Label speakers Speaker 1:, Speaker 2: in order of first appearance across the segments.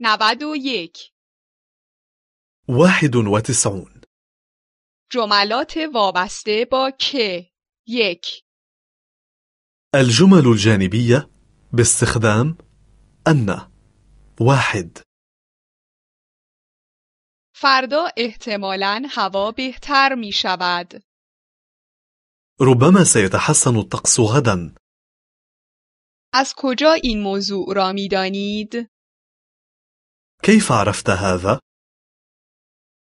Speaker 1: نود و یک
Speaker 2: واحد وتسعون
Speaker 1: جملات وابسته با که یک
Speaker 2: الجمل الجانبية باستخدام أن واحد
Speaker 1: فردا احتمالا هوا بهتر می شود.
Speaker 2: ربما سيتحسن الطقس غدا
Speaker 1: از کجا این موضوع را می دانید؟
Speaker 2: كيف عرفت هذا؟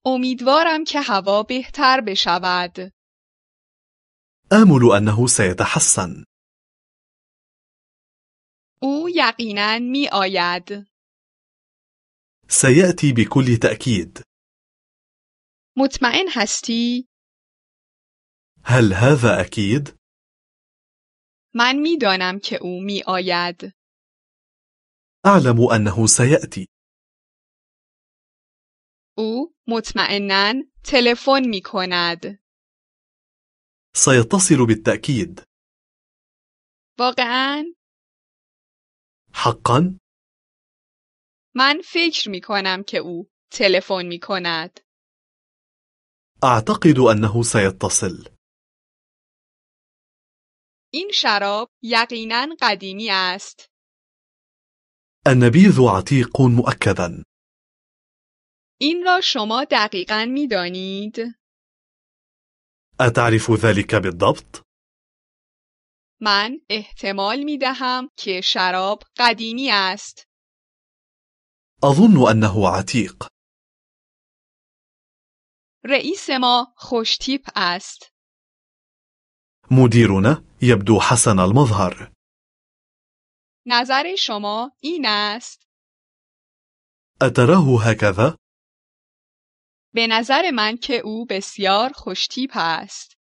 Speaker 1: امیدوارم که هوا بهتر بشود.
Speaker 2: آمل أنه سيتحسن
Speaker 1: او یقینا می آید.
Speaker 2: سيأتي بكل تأكيد
Speaker 1: مطمئن هستی؟
Speaker 2: هل هذا أكيد؟
Speaker 1: من می دانم که او می آید.
Speaker 2: أعلم أنه سيأتي
Speaker 1: او مطمئنا تلفن می کند.
Speaker 2: سيتصل بالتأكيد
Speaker 1: واقعا
Speaker 2: حقا
Speaker 1: من فکر می کنم که او تلفن می کند.
Speaker 2: أعتقد أنه سيتصل
Speaker 1: این شراب یقینا قدیمی است.
Speaker 2: النبيذ عتيق مؤكدا
Speaker 1: این را شما دقیقا می دانید.
Speaker 2: أتعرف ذلك بالضبط؟
Speaker 1: من احتمال می دهم که شراب قدیمی است.
Speaker 2: أظن أنه عتيق
Speaker 1: رئیس ما خوشتیپ است.
Speaker 2: مديرنا يبدو حسن المظهر
Speaker 1: نظر شما این است.
Speaker 2: أتراه هكذا؟
Speaker 1: به نظر من که او بسیار خوشتیپ است.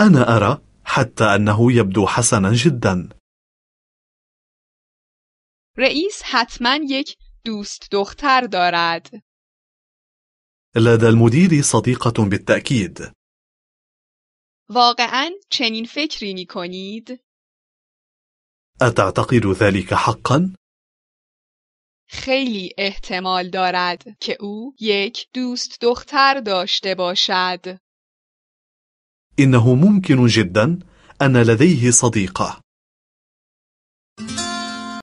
Speaker 2: أنا أرى حتى أنه يبدو حسنا جدا
Speaker 1: رئیس حتما یک دوست دختر دارد.
Speaker 2: لدى المدير صديقة بالتأكيد
Speaker 1: واقعا چنین فکری می کنید؟
Speaker 2: أتعتقد ذلك حقا؟
Speaker 1: خیلی احتمال دارد که او یک دوست دختر داشته باشد.
Speaker 2: إنه ممكن جدا أن لديه صديقة